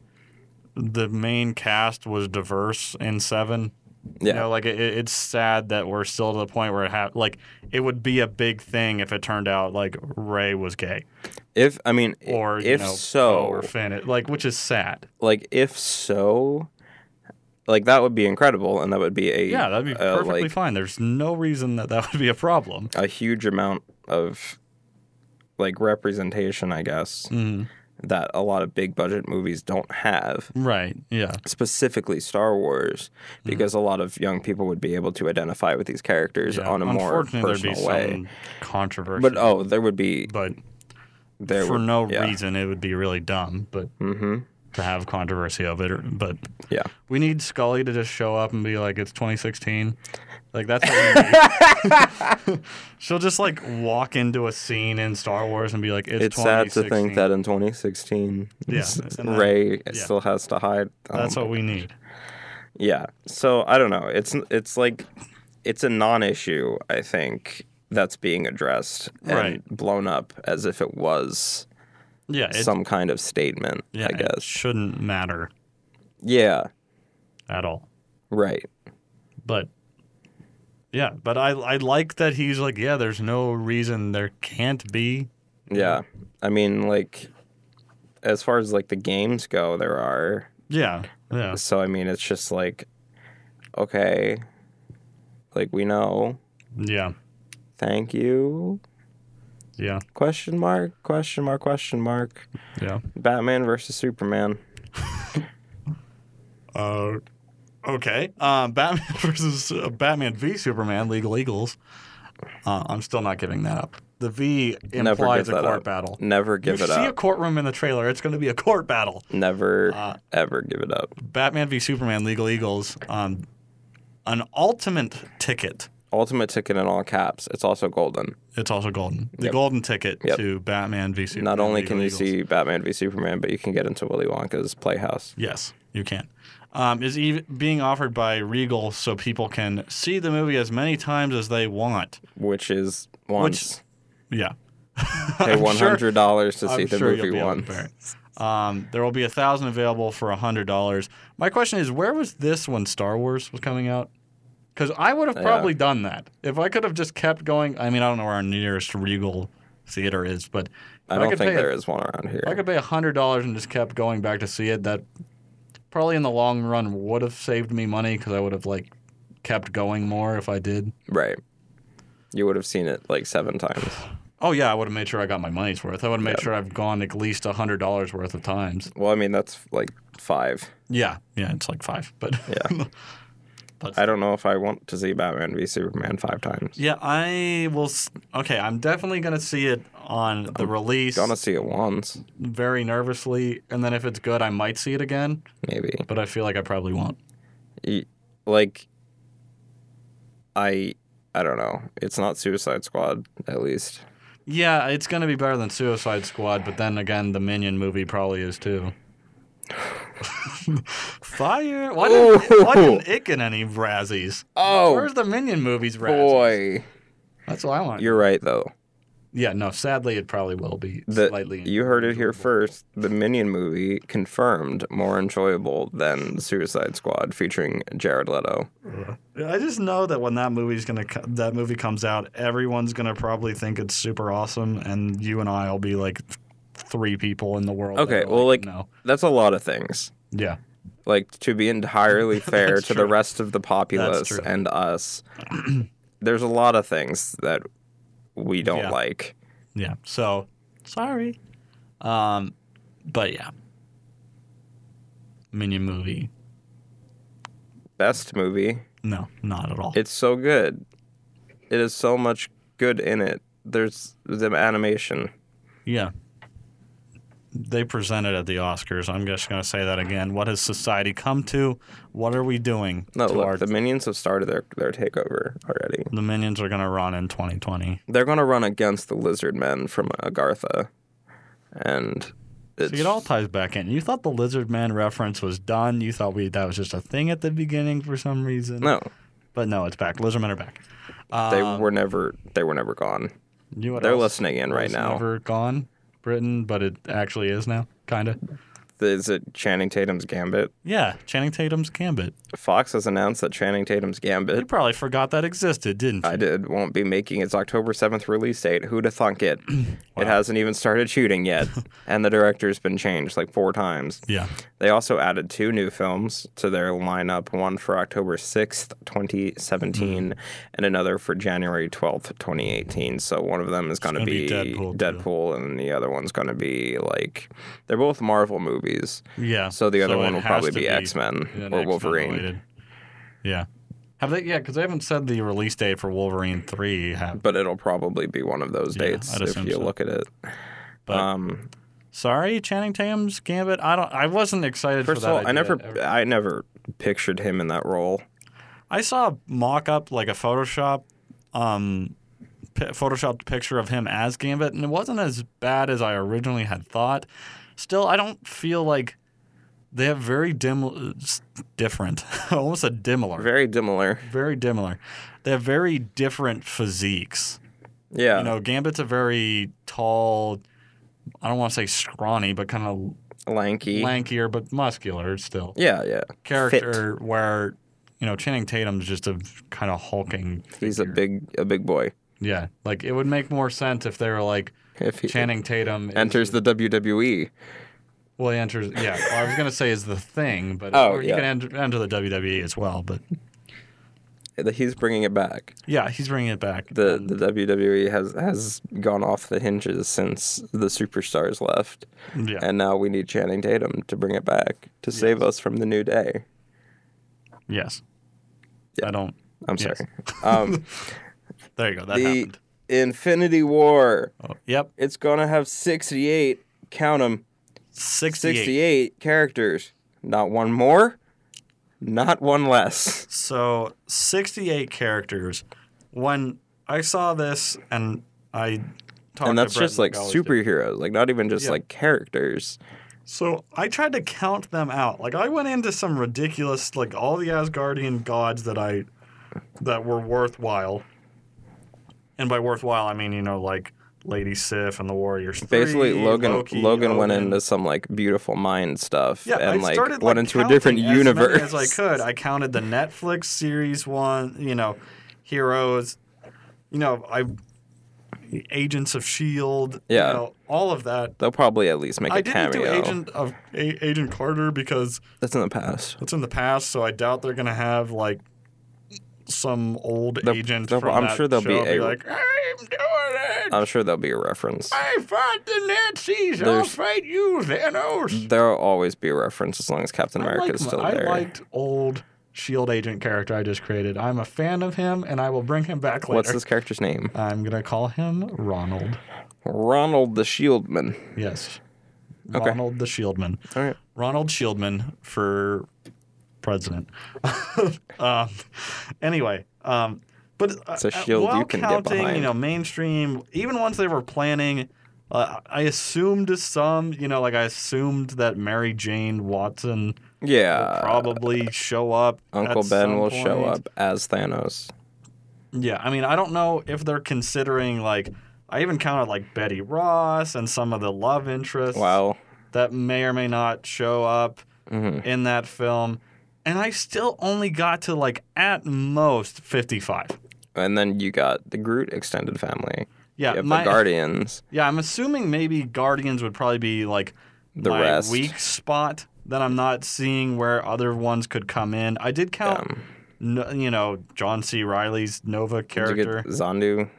the main cast was diverse in seven. Yeah. You know, like it, it- it's sad that we're still to the point where it ha- like it would be a big thing if it turned out like Ray was gay If I mean, i- or you if know, so, Poe or Finn, it, like which is sad. like if so, like that would be incredible, and that would be a Yeah, that'd be uh, perfectly like, fine. There's no reason that that would be a problem. a huge amount of like representation, I guess, Mhm. that a lot of big budget movies don't have. Right? Yeah. specifically Star Wars, Mm-hmm. because a lot of young people would be able to identify with these characters yeah. on a more Unfortunately, personal there'd way. be some controversy, But oh, there would be but there for would- no yeah. reason it would be really dumb. But hmm to have controversy of it, or- but Yeah, We need Scully to just show up and be like, "It's 2016." Like that's what we need. she'll just like walk into a scene in Star Wars and be like, "It's, it's, sad to 2016." think that in 2016, Yeah, s- and that- Ray yeah. still has to hide. Oh that's my what we need." Yeah. So I don't know. It's it's like it's a non-issue. I think that's being addressed and Right. blown up as if it was Yeah, it, some kind of statement. yeah, I it guess. shouldn't matter Yeah. at all. Right. But yeah, but I I like that he's like, "Yeah, there's no reason there can't be." Yeah. I mean, like, as far as like the games go, there are. Yeah, yeah, So, I mean, it's just like, okay, like, we know. yeah, Thank you. yeah, Question mark, question mark, question mark. yeah. Batman versus Superman. Uh, okay. Uh, Batman versus uh, Batman v Superman, Legal Eagles. Uh, I'm still not giving that up. The V Never implies give a that court up. battle. Never give you it see up. a courtroom in the trailer, it's going to be a court battle. Never, Uh, ever give it up. Batman v Superman, Legal Eagles. Um, an ultimate ticket. Ultimate ticket in all caps. It's also golden. It's also golden. The Yep. golden ticket Yep. to Batman v Superman. Not only can you Legal Eagles. see Batman v Superman, but you can get into Willy Wonka's Playhouse. Yes, you can. Um, is ev- being offered by Regal so people can see the movie as many times as they want. which is once Yeah. pay I'm one sure- hundred dollars to I'm see the sure you'll movie be able to once. bear it. Um, there will be a thousand available for a hundred dollars. My question is, where was this when Star Wars was coming out? Because I would have probably done that if I could have just kept going. I mean, I don't know where our nearest Regal theater is, but if I could don't think pay there a, is one around here. If I could pay a hundred dollars and just kept going back to see it, that probably in the long run would have saved me money because I would have like kept going more if I did. Right. You would have seen it like seven times. Oh yeah, I would have made sure I got my money's worth. I would have made sure I've gone at least a hundred dollars worth of times. Well, I mean that's like five. Yeah, yeah, it's like five, but Yeah. But- I don't know if I want to see Batman v Superman five times. yeah, I will. s- Okay, I'm definitely gonna see it on the release, Gonna see it once, very nervously, and then if it's good, I might see it again. maybe. But I feel like I probably won't. Y- Like I I don't know. It's not Suicide Squad, at least. Yeah, it's gonna be better than Suicide Squad, but then again, the Minion movie probably is too. Fire! Why didn't, why didn't it get any Razzies? Oh, Where's the Minion movies Razzies? Boy. That's what I want. You're right though. yeah, no, sadly, it probably will be The, slightly. you heard it here first. The Minion movie confirmed more enjoyable than Suicide Squad featuring Jared Leto. I just know that when that movie's gonna co- that movie comes out, everyone's gonna probably think it's super awesome, and you and I will be like three people in the world. that Okay, are well, like no, that's a lot of things. yeah, Like to be entirely fair That's to true. the rest of the populace true. and us, there's a lot of things that we don't Yeah. like. yeah. So sorry, um, but yeah, minion movie. Best movie. No, not at all. It's so good. It is so much good in it. There's the animation. yeah. They presented at the Oscars. I'm just going to say that again. What has society come to? What are we doing? No, to look, our- the minions have started their, their takeover already. the minions are going to run in 2020. they're going to run against the lizard men from Agartha, and it's See, it all ties back in. You thought the lizard man reference was done. You thought we that was just a thing at the beginning for some reason. no, but no, it's back. Lizard men are back. they were never they were never gone. You know what They're else listening in right was now. Never gone, Britain, but it actually is now, kind of. Is it Channing Tatum's Gambit? Yeah, Channing Tatum's Gambit. Fox has announced that Channing Tatum's You Gambit, probably forgot that existed, didn't you? I did, won't be making its October 7th release date. Who'd have thunk it? It hasn't even started shooting yet. and the director's been changed like four times. Yeah. They also added two new films to their lineup one for October 6th, Mm-hmm. 2017, and another for January 12th, 2018. So one of them is going to gonna be, be Deadpool, too. Deadpool, and the other one's going to be like, they're both Marvel movies. Yeah. So the other it one will has probably to be X Men yeah, or X-Men Wolverine. related. Yeah. Have they? Yeah, because they haven't said the release date for Wolverine three. Have But it'll probably be one of those Yeah, dates I'd if assume you so. look at it. But- um, sorry, Channing Tatum's Gambit. I don't. I wasn't excited. first for of that all, I idea never, ever. I never pictured him in that role. I saw a mock up like a Photoshop, um, p- photoshopped picture of him as Gambit, and it wasn't as bad as I originally had thought. Still, I don't feel like they have very dim, s- different, almost a dimilar, very, Very dimilar. dimilar. They have very different physiques. Yeah. You know, Gambit's a very tall. I don't want to say scrawny, but kind of lanky. lankier, but muscular still yeah, yeah. character. Where you know Channing Tatum's just a kind of hulking. He's a figure. big a big boy. Yeah, like it would make more sense if they were like If he Channing Tatum is- enters the E, WWE, Well, he enters. Yeah, well, I was gonna say is the thing, but Oh, or he yeah. can enter, enter the WWE as well. But that he's bringing it back. yeah, he's bringing it back. The the WWE has has gone off the hinges since the superstars left, yeah, and now we need Channing Tatum to bring it back to save us from the new day. yes. I don't. I'm Yes. sorry. Um, There you go. That the happened. Infinity War. Oh, yep. It's gonna have 68. Count 'em, 68. 68 characters. Not one more. Not one less. So 68 characters. When I saw this and I talked and that's to Brett just like McAuliffe- superheroes, like not even just Yeah. like characters. So I tried to count them out. Like I went into some ridiculous, like all the Asgardian gods that I that were worthwhile. And by worthwhile, I mean you know like Lady Sif and the Warriors. Basically, Three, Logan Loki, Logan went Odin. into some like beautiful mind stuff, yeah, and I like started, went into a counting different as many universe. as I could. I counted the Netflix series one, you know, heroes, you know, I Agents of Shield, Yeah. E you know, all of that. They'll probably at least make a I didn't cameo. do Agent of a, Agent Carter because That's in the past. It's in the past, so I doubt they're gonna have like some old They'll- agent. they'll- from I'm that sure there'll show be a- Um, like, I'm doing it. I'm sure there'll be a reference. I fought the Nazis. I'll There's- fight you, Thanos. There'll always be a reference as long as Captain I, America like, is still I there. liked old Shield E agent character I just created. I'm a fan of him, and I will bring him back later. What's this character's name? I'm gonna call him Ronald. Ronald the Shieldman. Yes, Okay. Ronald the Shieldman. All right. Ronald Shieldman for president. um, anyway, um, but uh, It's a shield while you can get counting, you behind. know, mainstream. Even once they were planning, uh, I assumed some, you know, like I assumed that Mary Jane Watson Yeah. would probably show up. Uh, Uncle at Ben some will show point. up as Thanos. Yeah, I mean, I don't know if they're considering like. I even counted like Betty Ross and some of the love interests Wow. that may or may not show up hmm in that film, and I still only got to like at most 55. And then you got the Groot extended family. Yeah, you have Uh, my, the Guardians. yeah, I'm assuming maybe Guardians would probably be like The my rest. weak spot that I'm not seeing where other ones could come in. I did count, Um, no, you know, John C. Riley's Nova Did you character. get Zandu?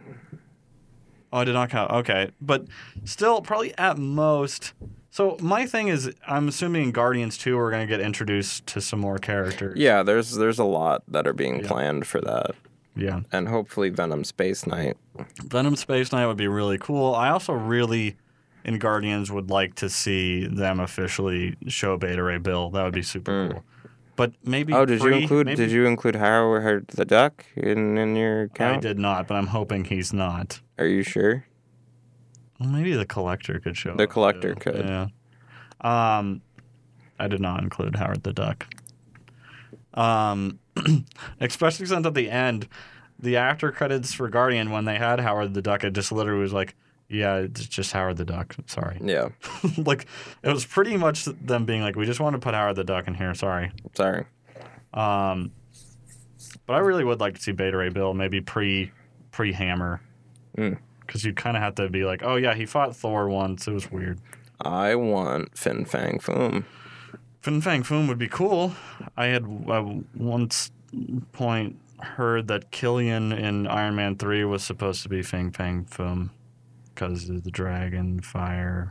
Oh, I did not count. Okay, but still, probably at most. So my thing is, I'm assuming in Guardians 2 we're gonna get introduced to some more characters. Yeah, there's there's a lot that are being Yeah. planned for that, yeah. and hopefully Venom Space Knight. Venom Space Knight would be really cool. I also really, in Guardians, would like to see them officially show Beta Ray Bill. That would be super cool. But maybe Hmm. Oh, did you pre- include maybe- did you include Howard the Duck in in your I count? did not, but I'm hoping he's not. Are you sure? Well, maybe the collector could show. The up, Collector too. could. Uh, Yeah. Um, I did not include Howard the Duck. Um, especially since at the end, the after credits for Guardian when they had Howard the Duck, it just literally was like, Yeah, it's just Howard the Duck. Sorry. Yeah, like it was pretty much them being like, we just want to put Howard the Duck in here. Sorry. sorry. Um, but I really would like to see Beta Ray Bill maybe pre pre Hammer, Mm. because you kind of have to be like, oh yeah, he fought Thor once. It was weird. I want Fin Fang Foom. Fin Fang Foom would be cool. I had uh, once point heard that Killian in Iron Man three was supposed to be Fing Fang Foom because of the dragon fire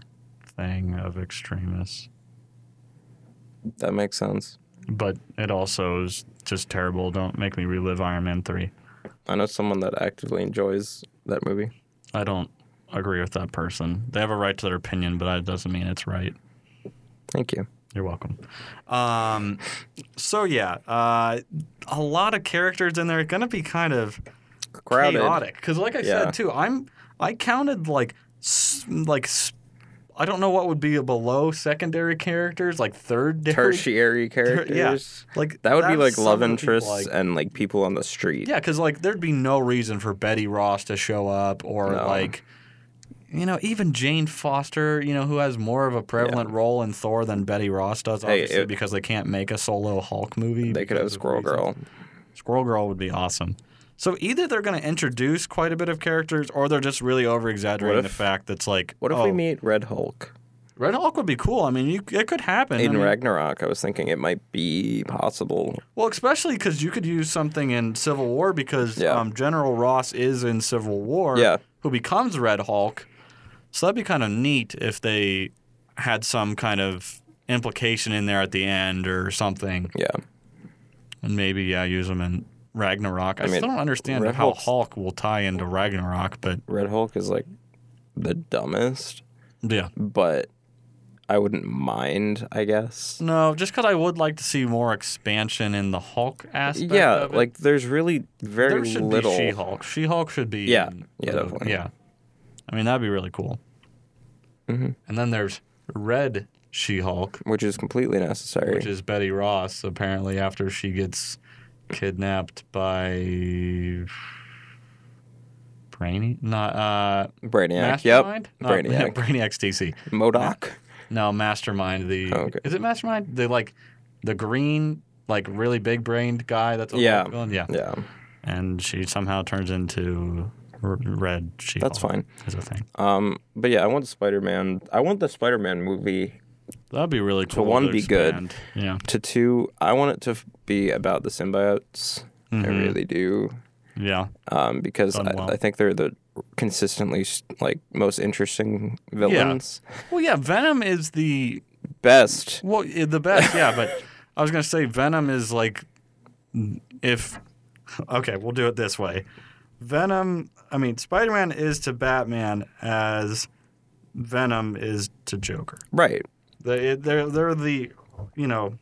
thing of extremists. That makes sense. But it also is just terrible. Don't make me relive Iron Man three. I know someone that actively enjoys that movie. I don't agree with that person. They have a right to their opinion, but that doesn't mean it's right. Thank you. You're welcome. Um, so yeah, uh, a lot of characters in there are gonna be kind of Crowded. chaotic. Because like I Yeah. said too, I'm I counted like s- like s- I don't know what would be below secondary characters, like third Tertiary characters. Like That would be that's like love some of the people, interests like- and like people on the street. Yeah, because like there'd be no reason for Betty Ross to show up, or No. like, you know, even Jane Foster, you know, who has more of a prevalent role in Thor than Betty Ross does, Hey, obviously, it- because they can't make a solo Hulk movie. They could have because of Squirrel reasons. Girl. Squirrel Girl would be awesome. So either they're going to introduce quite a bit of characters, or they're just really over exaggerating What the if- fact that's like, What if oh, we meet Red Hulk? Red Hulk would be cool. I mean, you, it could happen. I In mean, Ragnarok, I was thinking it might be possible. Well, especially because you could use something in Civil War because Yeah. um, General Ross is in Civil War, Yeah. who becomes Red Hulk. So that'd be kind of neat if they had some kind of implication in there at the end or something, Yeah. and maybe yeah, use them in Ragnarok. I, I mean, still don't understand Red how Hulk's- Hulk will tie into Ragnarok, but Red Hulk is like the dumbest, yeah, but I wouldn't mind, I guess. no, just because I would like to see more expansion in the Hulk aspect. yeah, of it. like there's really very there should little. be She-Hulk. She-Hulk should be. Yeah. in Yeah, the- definitely. Yeah. I mean, that'd be really cool. Mm-hmm. And then there's Red She-Hulk, Which is completely necessary. which is Betty Ross. Apparently, after she gets kidnapped by Brainy, not uh, Brainiac. Mastermind, Yep. Brainiac. Not- Brainiac's DC. Modoc. No, Mastermind. The Oh, okay. is it Mastermind? The like the green, like really big-brained guy. That's a Yeah. Hulk villain? yeah Yeah. and she somehow turns into r- red she That's fine. Is a thing. Um, but yeah, I want Spider Man. I want the Spider Man movie That'd be really cool. one, to be good. expand. Yeah. to two. I want it to f- be about the symbiotes. I really do. Yeah. Um, because Mm-hmm. Done I, well. I think they're the consistently s- like most interesting villains. Well, yeah. Venom is the Best. well i- the best. Yeah, but I was gonna say Venom is like if okay, we'll do it this way. Venom. I mean, Spider-Man is to Batman as Venom is to Joker. Right. They they're they're the you know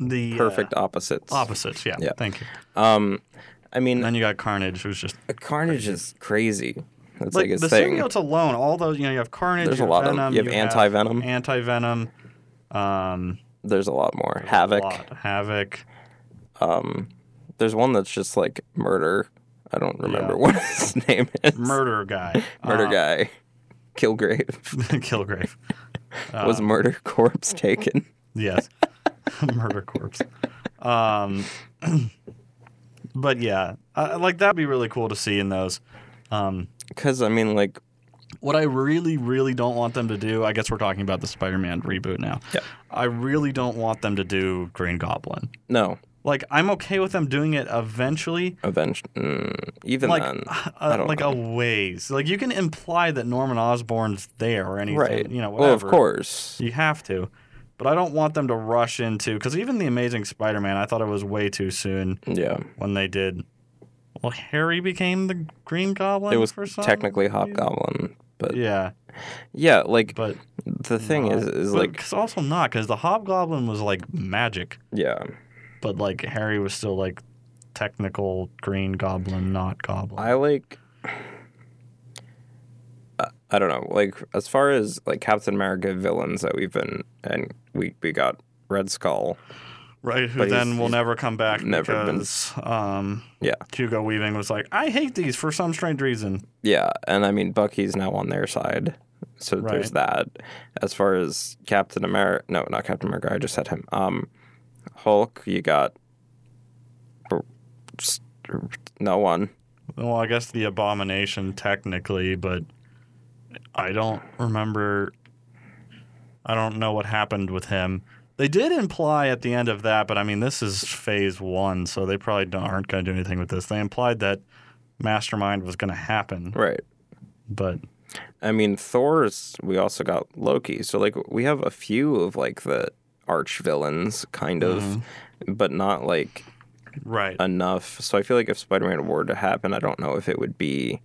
the uh, Perfect opposites. opposites. Yeah. Yeah. Thank you. Um, I mean, And then you got Carnage, who's just Carnage is crazy. That's like, like, his the thing. symbiotes alone, all those you know, you have Carnage, There's you a have lot of them. Venom, You have Anti-Venom. Anti Venom, um, There's a lot more. Havoc. lot. Havoc. There's one that's just like murder. I don't remember Yeah. uh, what his name is. Murder guy, Murder guy. Kilgrave. uh, Kilgrave, uh. was murder corpse taken? yes, Murder Corpse. Um, but yeah, uh, like that'd be really cool to see in those. Um, Because I mean, like, what I really, really don't want them to do, I guess we're talking about the Spider-Man reboot now. Yeah. I really don't want them to do Green Goblin. no, Like I'm okay with them doing it eventually, Avenge. Mm, even like then, I uh, don't like know. a ways. Like you can imply that Norman Osborn's there or anything. right? You know, whatever. well, of course. you have to. But I don't want them to rush into because even the Amazing Spider-Man, I thought it was way too soon Yeah, when they did. Well, Harry became the Green Goblin. it was for some technically reason. Hobgoblin, but yeah, Yeah, like but the thing is, is like, because also not because the Hobgoblin was like magic, yeah, but like Harry was still like technical Green Goblin, not Goblin. I like. I- I don't know. Like as far as like Captain America villains that we've been and we we got Red Skull, right? Who But he's- then will he's never come back never been- because um, Yeah. Hugo Weaving was like, I hate these for some strange reason. Yeah, and I mean Bucky's now on their side, so there's that. As far as Captain America, no, not Captain America. I just said him. Um, Hulk, you got just no one. Well, I guess the abomination technically, but I don't remember. I don't know what happened with him. They did imply at the end of that, but I mean, this is phase one, so they probably don't, aren't going to do anything with this. They implied that Mastermind was going to happen, Right. but I mean, Thor's. We also got Loki. So like, we have a few of like the arch villains, kind of, Mm-hmm. but not like right, enough. So I feel like if Spider-Man were to happen, I don't know if it would be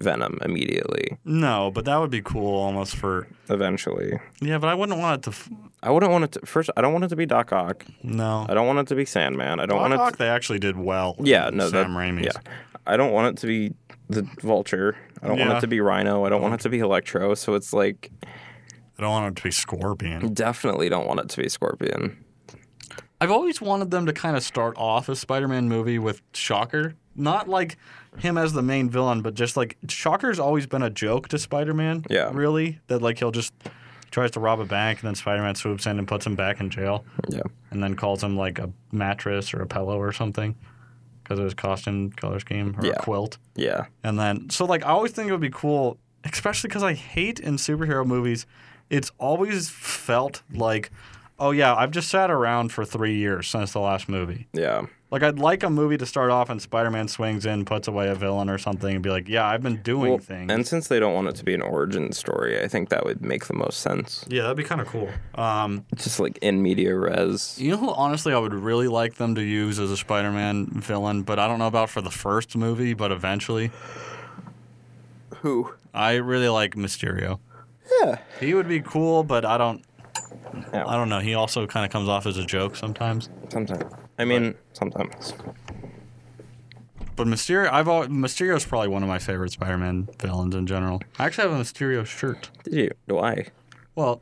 Venom immediately. no, but that would be cool almost for Eventually, yeah, but I wouldn't want it to. F- I wouldn't want it to. First, I don't want it to be Doc Ock. no, I don't want it to be Sandman. I don't Black want it. Hawk, they actually did well. To, yeah, in no, Sam that, Raimi's. Yeah, I don't want it to be the Vulture. I don't want Yeah. Mm-hmm. it to be Rhino. I don't want it to be Electro. So it's like I don't want it to be Scorpion. definitely don't want it to be Scorpion. I've always wanted them to kind of start off a Spider-Man movie with Shocker, not like him as the main villain, but just like Shocker's always been a joke to Spider-Man. Yeah. really, that like he'll just tries to rob a bank, and then Spider-Man swoops in and puts him back in jail, Yeah, and then calls him like a mattress or a pillow or something because of his costume color scheme or Yeah. a quilt. yeah, And then, so like, I always think it would be cool, especially because I hate in superhero movies, it's always felt like, oh yeah, I've just sat around for three years since the last movie. yeah, Like, I'd like a movie to start off and Spider Man swings in, puts away a villain or something, and be like, yeah, I've been doing Well, things. and since they don't want it to be an origin story, I think that would make the most sense. yeah, that'd be kind of cool. Um, Just like in media res. you know who, honestly, I would really like them to use as a Spider Man villain, but I don't know about for the first movie, but eventually. Who? I really like Mysterio. Yeah. He would be cool, but I don't Yeah. I don't know. He also kind of comes off as a joke sometimes. Sometimes. I mean, sometimes. But Mysterio, I've al Mysterio's probably one of my favorite Spider-Man villains in general. I actually have a Mysterio shirt. Did you? Do I? Well,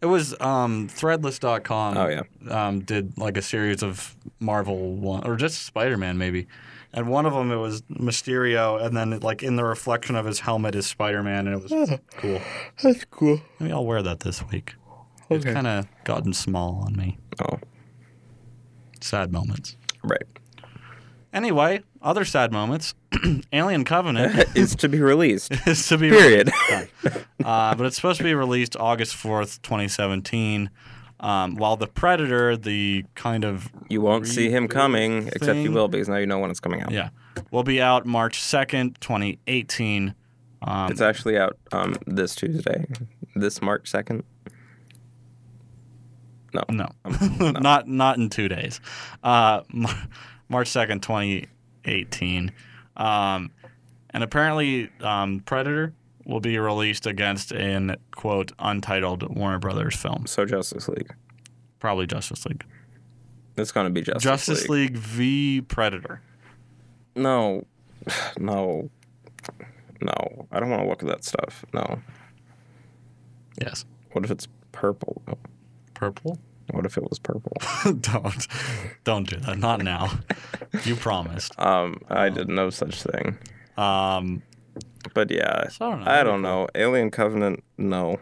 it was um, Threadless.com. Oh, yeah. Um, did like a series of Marvel one or just Spider-Man maybe, and one of them it was Mysterio, and then like in the reflection of his helmet is Spider-Man, and it was cool. That's cool. Maybe I'll wear that this week. It's kind of gotten small on me. Oh, Sad moments. right. Anyway, other sad moments. Alien Covenant It's to be released. is to be Period. uh, but it's supposed to be released August fourth, twenty seventeen. Um, while the Predator, the kind of You won't see him coming, except you thing. will because now you know when it's coming out. yeah, will be out March second, twenty eighteen. Um, It's actually out um, this Tuesday, this March 2nd. No. no, not not in two days. Uh, Mar- March second, twenty eighteen, um, and apparently um, Predator will be released against an quote untitled Warner Brothers film, So Justice League. probably Justice League. It's going to be Justice, Justice League. v Predator. No. No. No. I don't want to look at that stuff. No. Yes. What if it's purple? Purple? What if it was purple? don't. Don't do that. Not now. you promised. Um, I didn't know such thing. Um, But yeah, So I don't know. I don't know. Alien Covenant, no.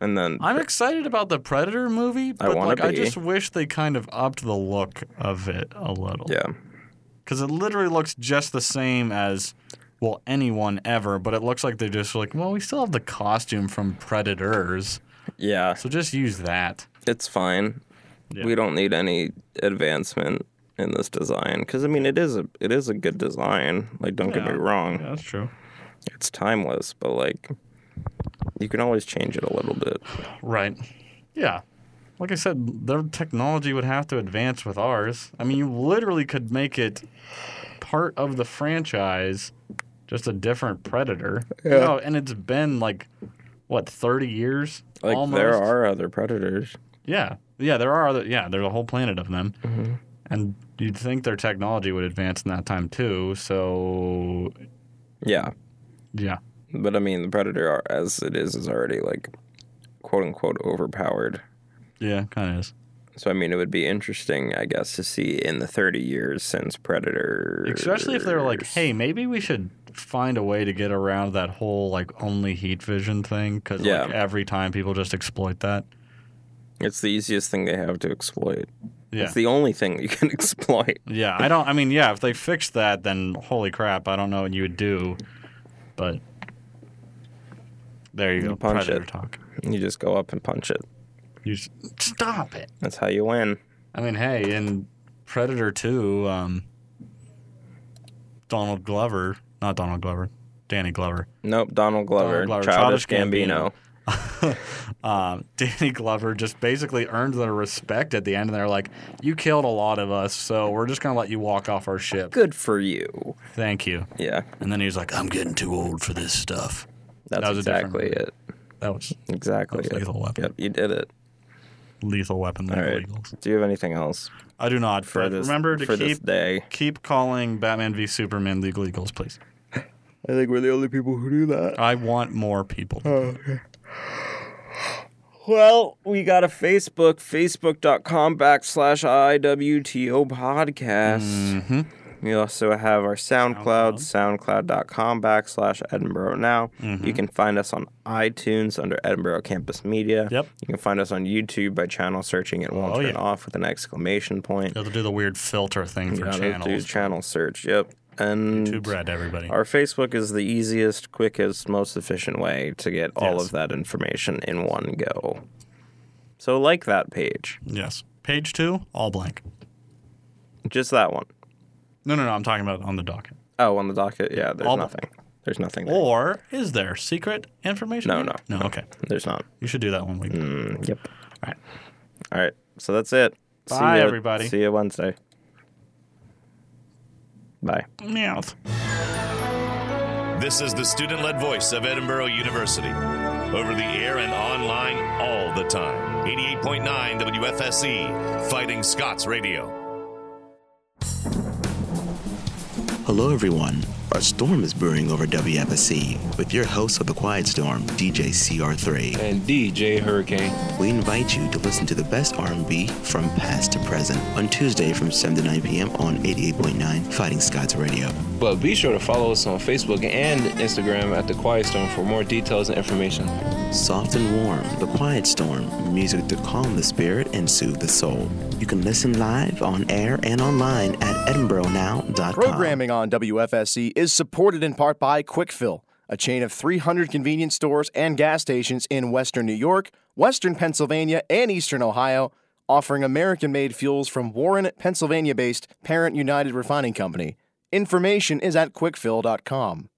And then I'm excited about the Predator movie, but wanna like I be. just wish they kind of upped the look of it a little. yeah, Because it literally looks just the same as well anyone ever, but it looks like they're just like, well, we still have the costume from Predators, yeah, so just use that. it's fine. We don't need any advancement in this design because I mean it is a it is a good design. Like don't get me Yeah. wrong, that's true. it's timeless, but like you can always change it a little bit. Right. Yeah. Like I said, their technology would have to advance with ours. I mean, you literally could make it part of the franchise, just a different predator. Yeah. You know, and it's been like what, 30 years? Like there are other predators. Yeah. Yeah, there are other yeah, there's a whole planet of them. Mm-hmm. And you'd think their technology would advance in that time too, so Yeah, yeah. but I mean the predator are- as it is is already like quote unquote overpowered. Yeah, kind of is. So I mean, it would be interesting, I guess, to see in the 30 years since Predator. Especially if they were like, hey, maybe we should find a way to get around that whole like only heat vision thing because Yeah. like every time people just exploit that. it's the easiest thing they have to exploit. Yeah. It's the only thing you can exploit. yeah. I don't, I mean, yeah, if they fixed that, then holy crap, I don't know what you would do. But there you go. punch Predator it. talk. You just go up and punch it. You s- stop it. That's how you win. I mean, hey, in Predator 2, um, Donald Glover, not Donald Glover, Danny Glover, Nope, Donald Glover, Donald Glover, childish, Childish Gambino. Gambino. um, Danny Glover just basically earned their respect at the end, and they're like, "You killed a lot of us, so we're just gonna let you walk off our ship." Good for you. Thank you. Yeah, And then he was like, "I'm getting too old for this stuff." that's That was a different exactly it. That was Exactly. That was it. Lethal Weapon. Yep, you did it. Lethal Weapon, Lethal All right. Eagles. Do you have anything else I do not. for but this? remember to for this keep day. keep calling Batman v Superman Legal Eagles, please. I think we're the only people who do that. I want more people. to do that. Well, we got a Facebook, facebook.com backslash IWTO podcast. Mm-hmm. We also have our SoundCloud, soundcloud.com backslash Edinburgh Now. Mm-hmm. You can find us on iTunes under Edinburgh Campus Media. Yep. You can find us on YouTube by channel searching it won't Oh, turn yeah. off with an exclamation point. They'll do the weird filter thing for Yeah, those do channels. channel search. Yep. And Too bread, everybody. our Facebook is the easiest, quickest, most efficient way to get all Yes. of that information in one go. So like that page, Yes. Page two, all blank. just that one. No, no, no. I'm talking about on the docket. Oh, on the docket, yeah. There's All- Oh. nothing. There's nothing. There. Or is there secret information? No, there? no. No, okay. There's not. You should do that one week. Mm, yep. All right. All right. So that's it. See Bye, ya- everybody. See you Wednesday. Bye. Meowth. This is the student led voice of Edinburgh University. Over the air and online all the time. 88.9 WFSE, E, Fighting Scots Radio. Hello, everyone. A storm is brewing over WFSC with your host of The Quiet Storm, DJ CR3. and DJ Hurricane. We invite you to listen to the best R&B from past to present on Tuesday from 7 to 9 p.m. on 88.9 Fighting Scots Radio. But be sure to follow us on Facebook and Instagram at The Quiet Storm for more details and information. Soft and warm, The Quiet Storm, music to calm the spirit and soothe the soul. You can listen live on air and online at edinburghnow.com. Programming on WFSC E is supported in part by Quickfill, a chain of 300 convenience stores and gas stations in western New York, western Pennsylvania, and eastern Ohio, offering American made fuels from Warren, Pennsylvania based Parent United Refining Company. Information is at quickfill.com.